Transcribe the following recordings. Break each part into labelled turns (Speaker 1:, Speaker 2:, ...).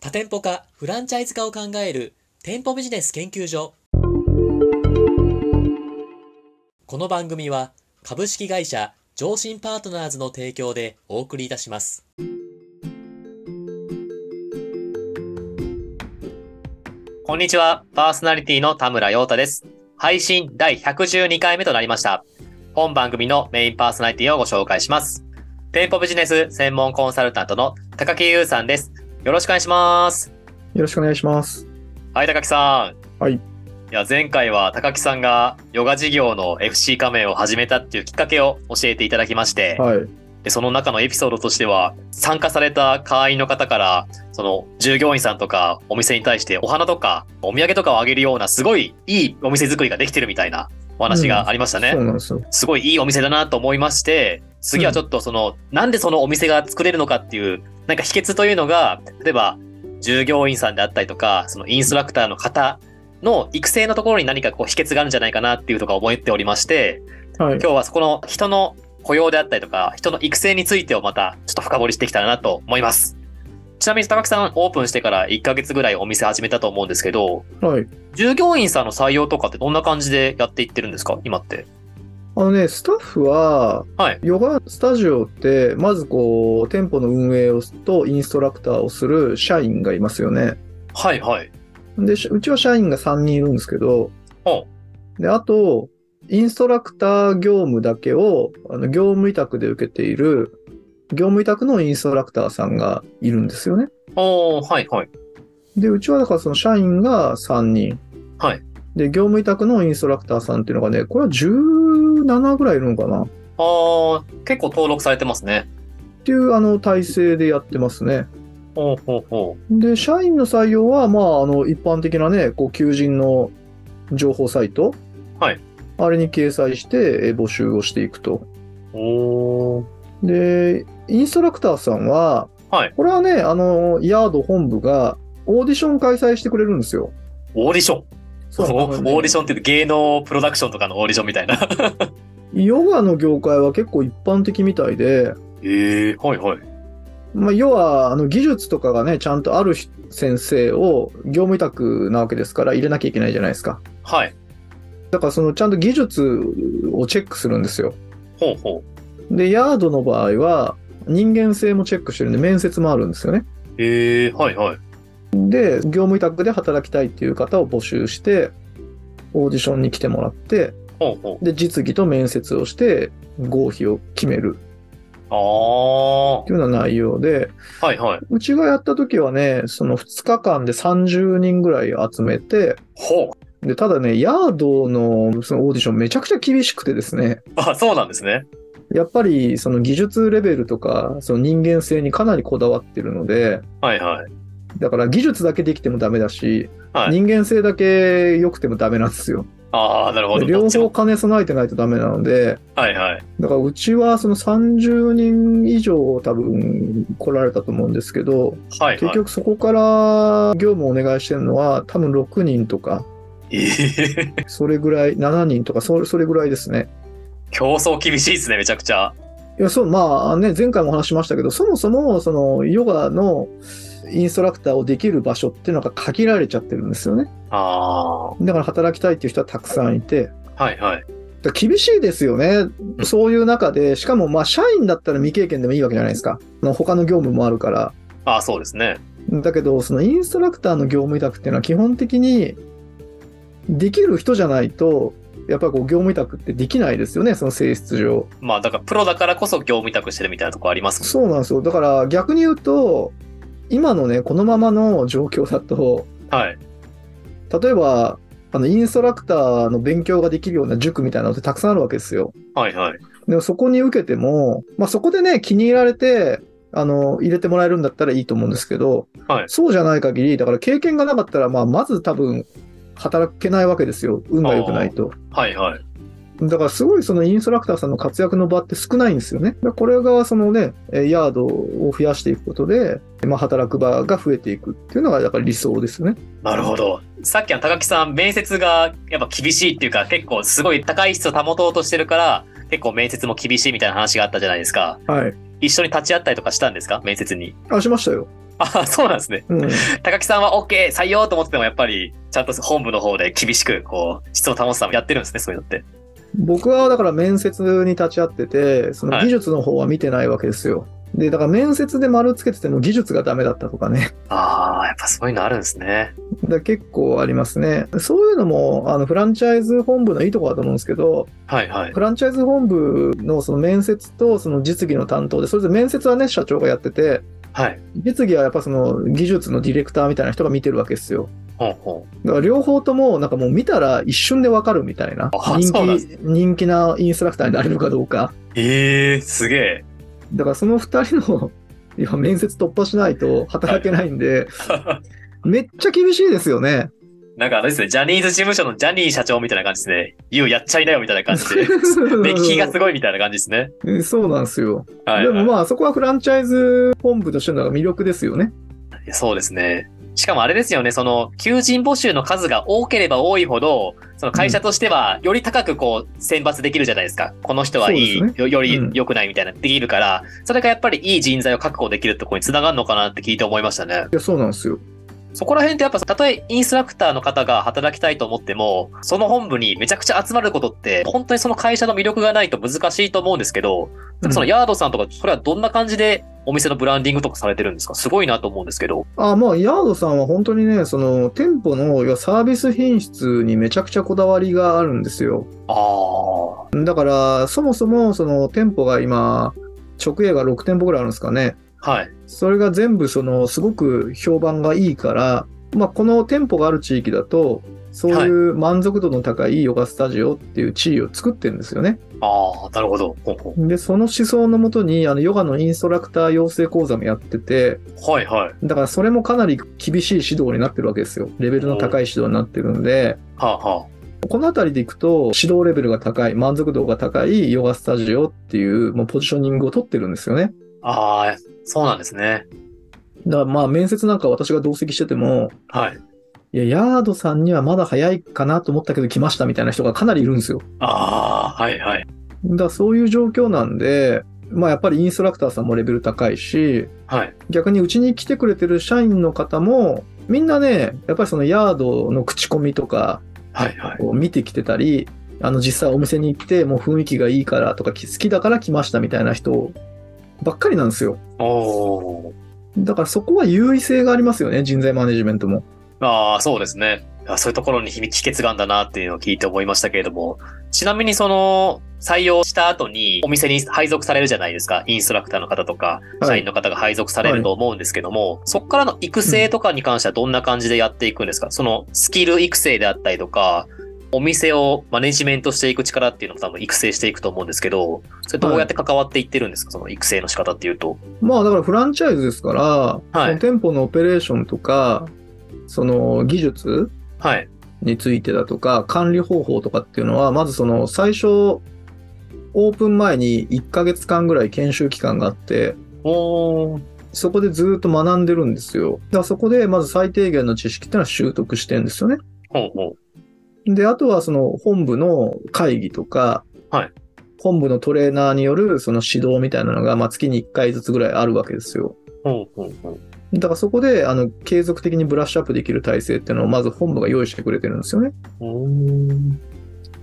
Speaker 1: 多店舗化、フランチャイズ化を考える店舗ビジネス研究所。この番組は株式会社上信パートナーズの提供でお送りいたします。こんにちは。パーソナリティの田村陽太です。配信第112回目となりました。本番組のメインパーソナリティをご紹介します。店舗ビジネス専門コンサルタントの高木優さんです。よろしくお願いします。
Speaker 2: よろしくお願いします。
Speaker 1: はい、高木さん。
Speaker 2: はい
Speaker 1: いや、前回は高木さんがヨガ事業の FC 加盟を始めたっていうきっかけを教えていただきまして、
Speaker 2: はい。
Speaker 1: でその中のエピソードとしては、参加された会員の方から、その従業員さんとかお店に対してお花とかお土産とかをあげるようなすごいいいお店作りができてるみたいなお話がありましたね。
Speaker 2: そうなんですよ。
Speaker 1: すごいいいお店だなと思いまして、次はちょっとその、なんでそのお店が作れるのかっていう、なんか秘訣というのが、例えば、従業員さんであったりとか、そのインストラクターの方の育成のところに何かこう秘訣があるんじゃないかなっていうとか思っておりまして、
Speaker 2: はい。
Speaker 1: 今日はそこの人の雇用であったりとか、人の育成についてをまたちょっと深掘りしていきたいなと思います。ちなみに高木さん、オープンしてから1ヶ月ぐらいお店始めたと思うんですけど、
Speaker 2: はい。
Speaker 1: 従業員さんの採用とかってどんな感じでやっていってるんですか今って。
Speaker 2: あのね、スタッフは、
Speaker 1: はい
Speaker 2: ヨガスタジオって、まずこう、店舗の運営をとインストラクターをする社員がいますよね。
Speaker 1: はいはい。
Speaker 2: で、しうちは社員が3人いるんですけど
Speaker 1: ほ、
Speaker 2: で、あと、インストラクター業務だけを、あの業務委託で受けている、業務委託のインストラクターさんがいるんですよね。
Speaker 1: おー、はいはい。
Speaker 2: で、うちはだからその社員が3人。
Speaker 1: はい。
Speaker 2: で、業務委託のインストラクターさんっていうのがね、これは17ぐらいいるのかなっ
Speaker 1: あー、結構登録されてますね。
Speaker 2: ていうあの体制でやってますね。
Speaker 1: ほうほうほう。
Speaker 2: で、社員の採用は、まあ、あの、一般的なね、こう、求人の情報サイト。
Speaker 1: はい。
Speaker 2: あれに掲載してえ募集をしていくと。
Speaker 1: おー。
Speaker 2: で、インストラクターさんは、
Speaker 1: はい
Speaker 2: これはね、あの、ヤード本部がオーディション開催してくれるんですよ。
Speaker 1: オーディション
Speaker 2: そう
Speaker 1: おオ
Speaker 2: あ
Speaker 1: ー
Speaker 2: のね
Speaker 1: ディションって言うと芸能プロダクションとかのオーディションみたいな。
Speaker 2: ヨガの業界は結構一般的みたいで、
Speaker 1: ええはいはい。
Speaker 2: まあ、要は、あの、技術とかがね、ちゃんとある人先生を業務委託なわけですから入れなきゃいけないじゃないですか。
Speaker 1: はい。
Speaker 2: だから、その、ちゃんと技術をチェックするんですよ。
Speaker 1: ほうほ
Speaker 2: で、ヤードの場合は、人間性もチェックしてるんで、面接もあるんですよね。
Speaker 1: う。ええはいはい。
Speaker 2: で、業務委託で働きたいっていう方を募集して、オーディションに来てもらって、
Speaker 1: ほうほ
Speaker 2: で、実技と面接をして、合否を決める
Speaker 1: う。あ
Speaker 2: っていうような内容で、
Speaker 1: あ。はいはい。
Speaker 2: うちがやった時はね、その2日間で30人ぐらい集めて、
Speaker 1: ほう。
Speaker 2: で、ただね、ヤードのそのオーディションめちゃくちゃ厳しくてですね、
Speaker 1: あ、そうなんですね。
Speaker 2: やっぱりその技術レベルとか、その人間性にかなりこだわってるので、
Speaker 1: はいはい。
Speaker 2: だから技術だけできてもダメだし、
Speaker 1: はい
Speaker 2: 人間性だけ良くてもダメなんですよ。
Speaker 1: ああ、なるほど。
Speaker 2: で両
Speaker 1: どっち
Speaker 2: 方
Speaker 1: も。
Speaker 2: 兼ね備えてないとダメなので、
Speaker 1: はいはい。
Speaker 2: だからうちはその30人以上多分来られたと思うんですけど、
Speaker 1: はい
Speaker 2: 結
Speaker 1: はい。
Speaker 2: 局そこから業務をお願いしてるのは多分6人とか、
Speaker 1: ええ
Speaker 2: それぐらい、7人とか、それそれぐらいですね。
Speaker 1: 競争厳しいですね、めちゃくちゃ。
Speaker 2: いや、そう、まあね、前回もお話ししましたけど、そもそも、その、ヨガのインストラクターをできる場所っていうのが限られちゃってるんですよね。
Speaker 1: ああ。は
Speaker 2: だから働きたいっていう人はたくさんいて、
Speaker 1: いはい。
Speaker 2: だから厳しいですよね。そういう中で、しかも、まあ、社員だったら未経験でもいいわけじゃないですか。あの他の業務もあるから。
Speaker 1: ああ、そうですね。
Speaker 2: だけど、そのインストラクターの業務委託っていうのは基本的に、できる人じゃないと、やっぱりこう業務委託ってできないですよね、その性質上。
Speaker 1: まあ、だからプロだからこそ業務委託してるみたいなとこあります
Speaker 2: そうなんですよ。だから逆に言うと、今のね、このままの状況だと、
Speaker 1: もん。はい。
Speaker 2: 例えば、あの、インストラクターの勉強ができるような塾みたいなのってたくさんあるわけですよ。
Speaker 1: はいはい。
Speaker 2: でもそこに受けても、まあそこでね、気に入られて、あの、入れてもらえるんだったらいいと思うんですけど、
Speaker 1: はい
Speaker 2: そうじゃない限り、だから経験がなかったら、まあまず多分、働けないわけですよ。運が良くないと。
Speaker 1: はいはい。
Speaker 2: だからすごいそのインストラクターさんの活躍の場って少ないんですよね。だからこれがそのね、えーヤードを増やしていくことで、まあ、働く場が増えていくっていうのがやっぱり理想ですよね。
Speaker 1: なるほど。さっきの高木さん、面接がやっぱ厳しいっていうか、結構すごい高い質を保とうとしてるから、結構面接も厳しいみたいな話があったじゃないですか。
Speaker 2: はい。
Speaker 1: 一緒に立ち会ったりとかしたんですか面接に。
Speaker 2: あ、しましたよ。
Speaker 1: あ、そうなんですね。
Speaker 2: うん、
Speaker 1: 高木さんは OK、採用と思ってても、やっぱり、ちゃんと本部の方で厳しく、こう、質を保つためにやってるんですね、そういうのって。
Speaker 2: 僕はだから面接に立ち会ってて、その技術の方は見てないわけですよ。で、だから面接で丸つけてても技術がダメだったとかね。
Speaker 1: ああ、やっぱそういうのあるんですね。
Speaker 2: だから結構ありますね。そういうのも、あの、フランチャイズ本部のいいとこだと思うんですけど、
Speaker 1: はいはい。
Speaker 2: フランチャイズ本部のその面接とその実技の担当で、それぞれ面接はね、社長がやってて、
Speaker 1: はい。
Speaker 2: 実技はやっぱその技術のディレクターみたいな人が見てるわけですよ。
Speaker 1: ほうほう。
Speaker 2: だから両方ともなんかもう見たら一瞬でわかるみたいな
Speaker 1: あ
Speaker 2: 人
Speaker 1: そうなんで
Speaker 2: 気人気なインストラクターになれるかどうか
Speaker 1: ええすげえ。
Speaker 2: だからその2人の いや面接突破しないと働けないんで、めっちゃ厳しいですよね。
Speaker 1: なんかあれですね、ジャニーズ事務所のジャニー社長みたいな感じですね。言うやっちゃいなよみたいな感じで。 目利きがすごいみたいな感じですね。
Speaker 2: そうなんですよ。
Speaker 1: はい、
Speaker 2: でも
Speaker 1: は
Speaker 2: まあそこはフランチャイズ本部としての魅力ですよね。
Speaker 1: い。そうですね。しかもあれですよね、その、求人募集の数が多ければ多いほど、その会社としては、より高くこう、選抜できるじゃないですか。この人はいい、
Speaker 2: そうです
Speaker 1: よより
Speaker 2: うん
Speaker 1: 良くないみたいな、できるから、それがやっぱりいい人材を確保できるところにつながるのかなって聞いて思いましたね。
Speaker 2: いやそうなんですよ。
Speaker 1: そこら辺ってやっぱ、たとえインストラクターの方が働きたいと思っても、その本部にめちゃくちゃ集まることって、本当にその会社の魅力がないと難しいと思うんですけど、なんかその
Speaker 2: うん
Speaker 1: ヤードさんとか、それはどんな感じでお店のブランディングとかされてるんですかすごいなと思うんですけど。
Speaker 2: あまあヤードさんは本当にねその店舗のいやサービス品質にめちゃくちゃこだわりがあるんですよ。
Speaker 1: ああ。
Speaker 2: だからそもそもその店舗が今直営が6店舗ぐらいあるんですかね。
Speaker 1: はい。
Speaker 2: それが全部そのすごく評判がいいから、まあ、この店舗がある地域だとそういう満足度の高いヨガスタジオっていう地位を作ってるんですよね。
Speaker 1: ああ、なるほど。ほうほ
Speaker 2: でその思想のもとにあのヨガのインストラクター養成講座もやってて
Speaker 1: うはいはい。
Speaker 2: だからそれもかなり厳しい指導になってるわけですよレベルの高い指導になってるんで
Speaker 1: はあ、は
Speaker 2: この辺りでいくと指導レベルが高い満足度が高いヨガスタジオっていうもうポジショニングを取ってるんですよね。
Speaker 1: あ。ああ、そうなんですね。
Speaker 2: だからまあ面接なんか私が同席してても
Speaker 1: はい。
Speaker 2: いや、ヤードさんにはまだ早いかなと思ったけど来ましたみたいな人がかなりいるんですよ。
Speaker 1: ああ、はいはい。
Speaker 2: だからそういう状況なんで、まあやっぱりインストラクターさんもレベル高いし、
Speaker 1: はい。
Speaker 2: 逆にうちに来てくれてる社員の方も、みんなね、やっぱりそのヤードの口コミとか
Speaker 1: はいはい。
Speaker 2: を見てきてたり、あの実際お店に行ってもう雰囲気がいいからとか好きだから来ましたみたいな人ばっかりなんですよ。
Speaker 1: おお。
Speaker 2: だからそこは優位性がありますよね、人材マネジメントも。
Speaker 1: ああ、そうですね。あそういうところに秘密秘訣があるんだなっていうのを聞いて思いましたけれども、ちなみにその採用した後にお店に配属されるじゃないですか。インストラクターの方とか、
Speaker 2: はい
Speaker 1: 社員の方が配属されると思うんですけども、そこからの育成とかに関してはどんな感じでやっていくんですか、そのスキル育成であったりとか、お店をマネジメントしていく力っていうのも多分育成していくと思うんですけど、それどうやって関わっていってるんですか、その育成の仕方っていうと。
Speaker 2: まあだからフランチャイズですから、
Speaker 1: はい
Speaker 2: その店舗のオペレーションとか、その技術
Speaker 1: はい。
Speaker 2: についてだとか、管理方法とかっていうのは、まずその最初、オープン前に1ヶ月間ぐらい研修期間があって、
Speaker 1: おー。
Speaker 2: そこでずっと学んでるんですよ。だからそこでまず最低限の知識っていうのは習得してるんですよね。
Speaker 1: ほうほう。
Speaker 2: で、あとはその本部の会議とか、
Speaker 1: はい
Speaker 2: 本部のトレーナーによるその指導みたいなのが、まあ、月に1回ずつぐらいあるわけですよ。
Speaker 1: ほうほうほう。
Speaker 2: だからそこであの継続的にブラッシュアップできる体制っていうのをまず本部が用意してくれてるんですよね。
Speaker 1: おー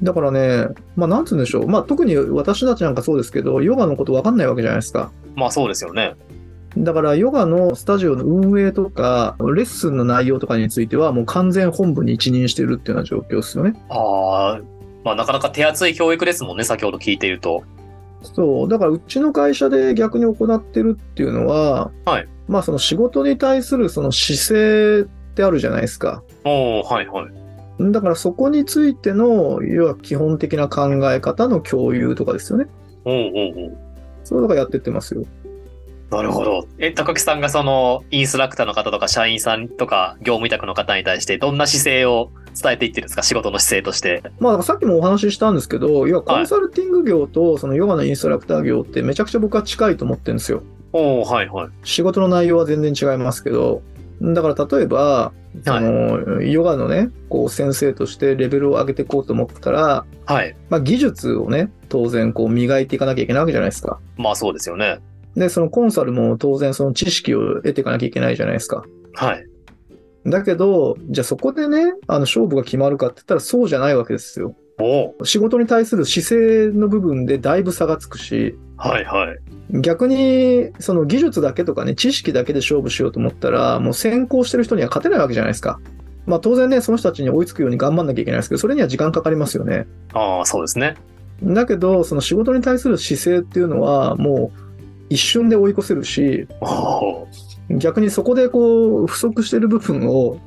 Speaker 2: だからね、まあなんつうんでしょう。まあ特に私たちなんかそうですけど、ヨガのことわかんないわけじゃないですか。
Speaker 1: まあそうですよね。
Speaker 2: だからヨガのスタジオの運営とか、レッスンの内容とかについてはもう完全本部に一任してるっていうような状況ですよね。
Speaker 1: ああ、まあなかなか手厚い教育ですもんね、先ほど聞いていると。
Speaker 2: そう。だからうちの会社で逆に行ってるっていうのは、
Speaker 1: はい
Speaker 2: まあその仕事に対するその姿勢ってあるじゃないですか。
Speaker 1: おおはいはい。
Speaker 2: だからそこについての、要は基本的な考え方の共有とかですよね。
Speaker 1: おうおうおう
Speaker 2: そういうのがやってってますよ。
Speaker 1: なるほど。え、高木さんがその、インストラクターの方とか、社員さんとか、業務委託の方に対して、どんな姿勢を伝えていってるんですか仕事の姿勢として。
Speaker 2: まあだからさっきもお話ししたんですけど、要はコンサルティング業とそのヨガのインストラクター業ってめちゃくちゃ僕は近いと思ってるんですよ。
Speaker 1: おおはいはい。
Speaker 2: 仕事の内容は全然違いますけど、だから例えば、あ
Speaker 1: はい。
Speaker 2: のヨガのね、こう先生としてレベルを上げていこうと思ったら、
Speaker 1: はい。
Speaker 2: まあ、技術をね、当然こう磨いていかなきゃいけないわけじゃないですか。
Speaker 1: まあそうですよね。
Speaker 2: で、そのコンサルも当然その知識を得ていかなきゃいけないじゃないですか。
Speaker 1: はい。
Speaker 2: だけど、じゃあそこでね、あの勝負が決まるかって言ったらそうじゃないわけですよ。
Speaker 1: おお。
Speaker 2: 仕事に対する姿勢の部分でだいぶ差がつくし、
Speaker 1: はいはい。
Speaker 2: 逆にその技術だけとかね、知識だけで勝負しようと思ったら、もう先行してる人には勝てないわけじゃないですか。まあ当然ね、その人たちに追いつくように頑張んなきゃいけないですけど、それには時間かかりますよね。
Speaker 1: ああ、そうですね。
Speaker 2: だけど、その仕事に対する姿勢っていうのは、もう一瞬で追い越せるし、
Speaker 1: おお。
Speaker 2: 逆にそこでこう、不足してる部分を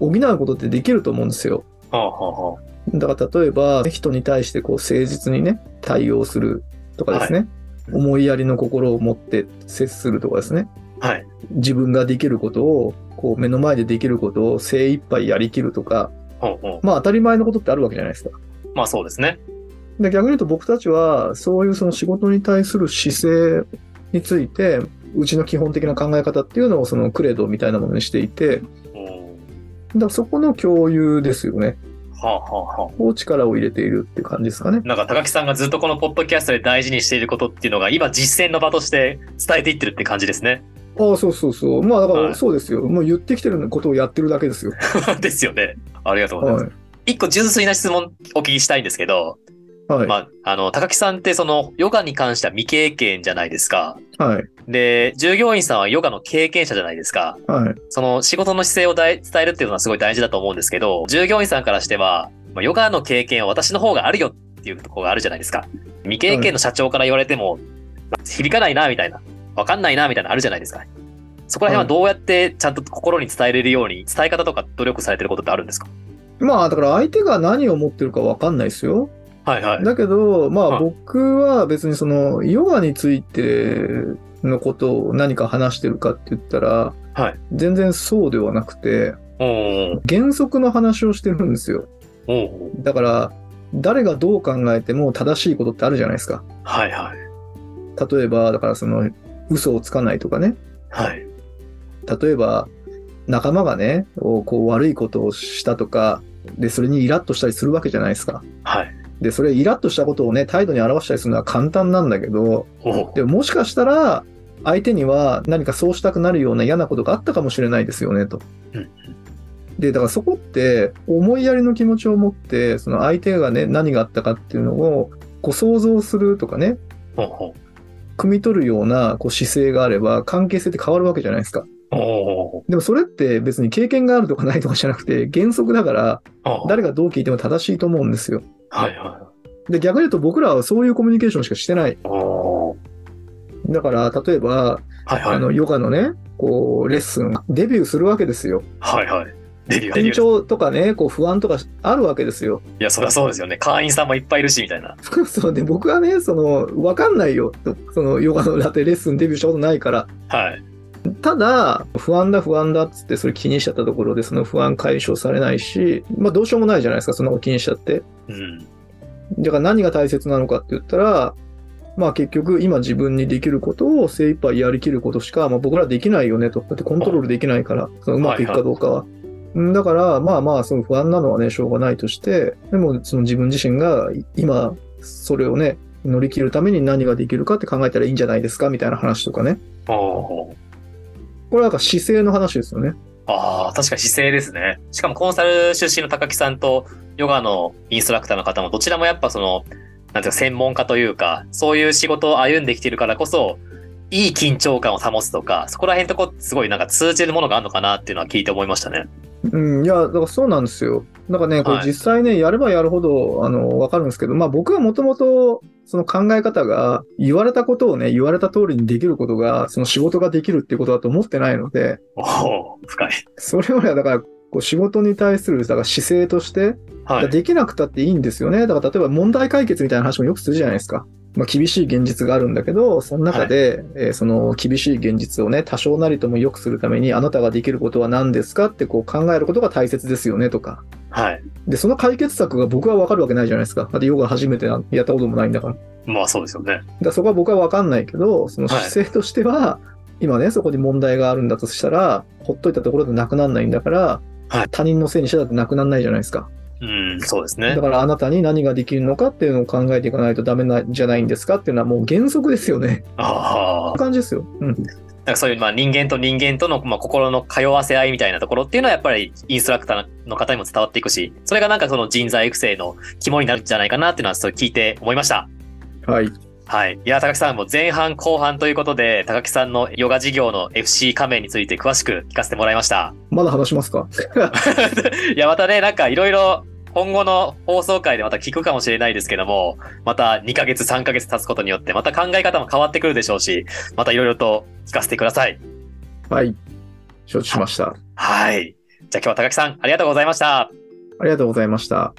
Speaker 2: 補うことってできると思うんですよ。
Speaker 1: はあはあは
Speaker 2: だから例えば、人に対してこう、誠実にね、対応するとかですね。思いやりの心を持って接するとかですね。
Speaker 1: あ。はい。
Speaker 2: 自分ができることを、こう、目の前でできることを精一杯やりきるとか、
Speaker 1: ほうほ
Speaker 2: まあ当たり前のことってあるわけじゃないですか。
Speaker 1: う。まあそうですね。
Speaker 2: で逆に言うと僕たちはそういうその仕事に対する姿勢についてうちの基本的な考え方っていうのをそのクレードみたいなものにしていてだか
Speaker 1: おお。
Speaker 2: らそこの共有ですよね
Speaker 1: はあはあはあ。
Speaker 2: こう力を入れているっていう感じですかね
Speaker 1: なんか高木さんがずっとこのポッドキャストで大事にしていることっていうのが今実践の場として伝えていってるって感じですね。
Speaker 2: ああそうそうそうまあだか
Speaker 1: はい
Speaker 2: らそうですよ、もう言ってきてることをやってるだけですよ、
Speaker 1: ですよね。ありがとうございます。
Speaker 2: は
Speaker 1: 一個純粋な質問お聞きしたいんですけど、
Speaker 2: いはい、
Speaker 1: まあ、あの、高木さんってそのヨガに関しては未経験じゃないですか。
Speaker 2: はい
Speaker 1: で、従業員さんはヨガの経験者じゃないですか。
Speaker 2: はい
Speaker 1: その仕事の姿勢を大伝えるっていうのはすごい大事だと思うんですけど、従業員さんからしては、まあヨガの経験は私の方があるよっていうところがあるじゃないですか。未経験の社長から言われても、響かないな、みたいな。わかんないな、みたいなのあるじゃないですか。そこら辺はどうやってちゃんと心に伝えれるように、伝え方とか努力されてることってあるんですか
Speaker 2: まあだから相手が何を持ってるかわかんないですよ
Speaker 1: はいはい。
Speaker 2: だけど、ま
Speaker 1: は
Speaker 2: あ
Speaker 1: い
Speaker 2: 僕は別にそのヨガについてのことを何か話してるかって言ったら、
Speaker 1: はい
Speaker 2: 全然そうではなくて、
Speaker 1: おー
Speaker 2: 原則の話をしてるんですよ。
Speaker 1: おー
Speaker 2: だから、誰がどう考えても正しいことってあるじゃないですか。
Speaker 1: はいはい。
Speaker 2: 例えば、だからその嘘をつかないとかね。
Speaker 1: はい。
Speaker 2: 例えば、仲間がね、こう悪いことをしたとか、で、それにイラッとしたりするわけじゃないですか。
Speaker 1: はい。
Speaker 2: で、それイラッとしたことをね、態度に表したりするのは簡単なんだけど、
Speaker 1: おー
Speaker 2: でももしかしたら相手には何かそうしたくなるような嫌なことがあったかもしれないですよねと
Speaker 1: うん。
Speaker 2: でだからそこって思いやりの気持ちを持ってその相手がね何があったかっていうのをこう想像するとかね
Speaker 1: おー
Speaker 2: 汲み取るようなこう姿勢があれば関係性って変わるわけじゃないですか。
Speaker 1: おー
Speaker 2: でもそれって別に経験があるとかないとかじゃなくて原則だから
Speaker 1: おー
Speaker 2: 誰がどう聞いても正しいと思うんですよ。
Speaker 1: はいは
Speaker 2: で逆に言うと僕らはそういうコミュニケーションしかしてない。
Speaker 1: い。おー
Speaker 2: だから例えば
Speaker 1: はい
Speaker 2: あ
Speaker 1: はい。
Speaker 2: のヨガのね、こうレッスン、デビューするわけですよ。
Speaker 1: はいはい。デビューデビュ
Speaker 2: 緊
Speaker 1: ー
Speaker 2: 張とかね、こう不安とかあるわけですよ。
Speaker 1: いや、そりゃそうですよね。会員さんもいっぱいいるし、みたいな。
Speaker 2: そうで僕はね、その分かんないよ、とそのヨガのだってレッスンデビューしたことないから。
Speaker 1: はい。
Speaker 2: ただ、不安だ、不安だっつって、それ気にしちゃったところで、その不安解消されないし、まあ、どうしようもないじゃないですか、そんなこと気にしちゃって。
Speaker 1: うん。
Speaker 2: だから何が大切なのかって言ったら、まあ結局今自分にできることを精一杯やりきることしか、まあ、僕らできないよねと。だってコントロールできないから、そのうまくいくかどうかは。うんだからまあまあその不安なのはね、しょうがないとして、でもその自分自身が今それをね、乗り切るために何ができるかって考えたらいいんじゃないですかみたいな話とかね。
Speaker 1: おー
Speaker 2: これはなんか姿勢の話ですよね。
Speaker 1: ああ、確かに姿勢ですね。しかもコンサル出身の高木さんとヨガのインストラクターの方もどちらもやっぱその、なんていうか専門家というか、そういう仕事を歩んできてるからこそ、いい緊張感を保つとか、そこら辺とこすごいなんか通じるものがあるのかなっていうのは聞いて思いましたね。
Speaker 2: うん、いや、だからそうなんですよ。なんかね、これ
Speaker 1: はい
Speaker 2: 実際ね、やればやるほど、あの、わかるんですけど、まあ僕はもともと、その考え方が、言われたことをね、言われた通りにできることが、その仕事ができるっていうことだと思ってないので、
Speaker 1: おお深い。
Speaker 2: それよりはだから、こう仕事に対する、だから姿勢として、
Speaker 1: はい。
Speaker 2: できなくたっていいんですよね。だから例えば問題解決みたいな話もよくするじゃないですか。まあ、厳しい現実があるんだけど、その中で、えーその厳しい現実をね、多少なりとも良くするために、あなたができることは何ですかってこう考えることが大切ですよねとか。
Speaker 1: はい。
Speaker 2: で、その解決策が僕は分かるわけないじゃないですか。だってヨガ初めてなんやったこともないんだから。だか
Speaker 1: まあそうですよね。
Speaker 2: らそこは僕は分かんないけど、その姿勢としては、今ね、そこに問題があるんだとしたら、ほっといたところでなくならないんだから、
Speaker 1: はい
Speaker 2: 他人のせいにしてだってなくならないじゃないですか。
Speaker 1: うん、そうですね
Speaker 2: だ。からあなたに何ができるのかっていうのを考えていかないとダメなんじゃないんですかっていうのはもう原則ですよね。
Speaker 1: ああ。
Speaker 2: 感じですよ。うん。
Speaker 1: なんかそういう、まあ、人間と人間との、まあ、心の通わせ合いみたいなところっていうのはやっぱりインストラクターの方にも伝わっていくし、それがなんかその人材育成の肝になるんじゃないかなっていうのはそう聞いて思いました。
Speaker 2: はい。
Speaker 1: はい。いや、高木さんも前半後半ということで、高木さんのヨガ事業の FC 加盟について詳しく聞かせてもらいました。
Speaker 2: まだ話しますか
Speaker 1: いや、またね、なんかいろいろ今後の放送回でまた聞くかもしれないですけども、また2ヶ月、3ヶ月経つことによって、また考え方も変わってくるでしょうし、またいろいろと聞かせてください。
Speaker 2: はい。承知しました。
Speaker 1: はい。じゃあ今日は高木さん、ありがとうございました。
Speaker 2: ありがとうございました。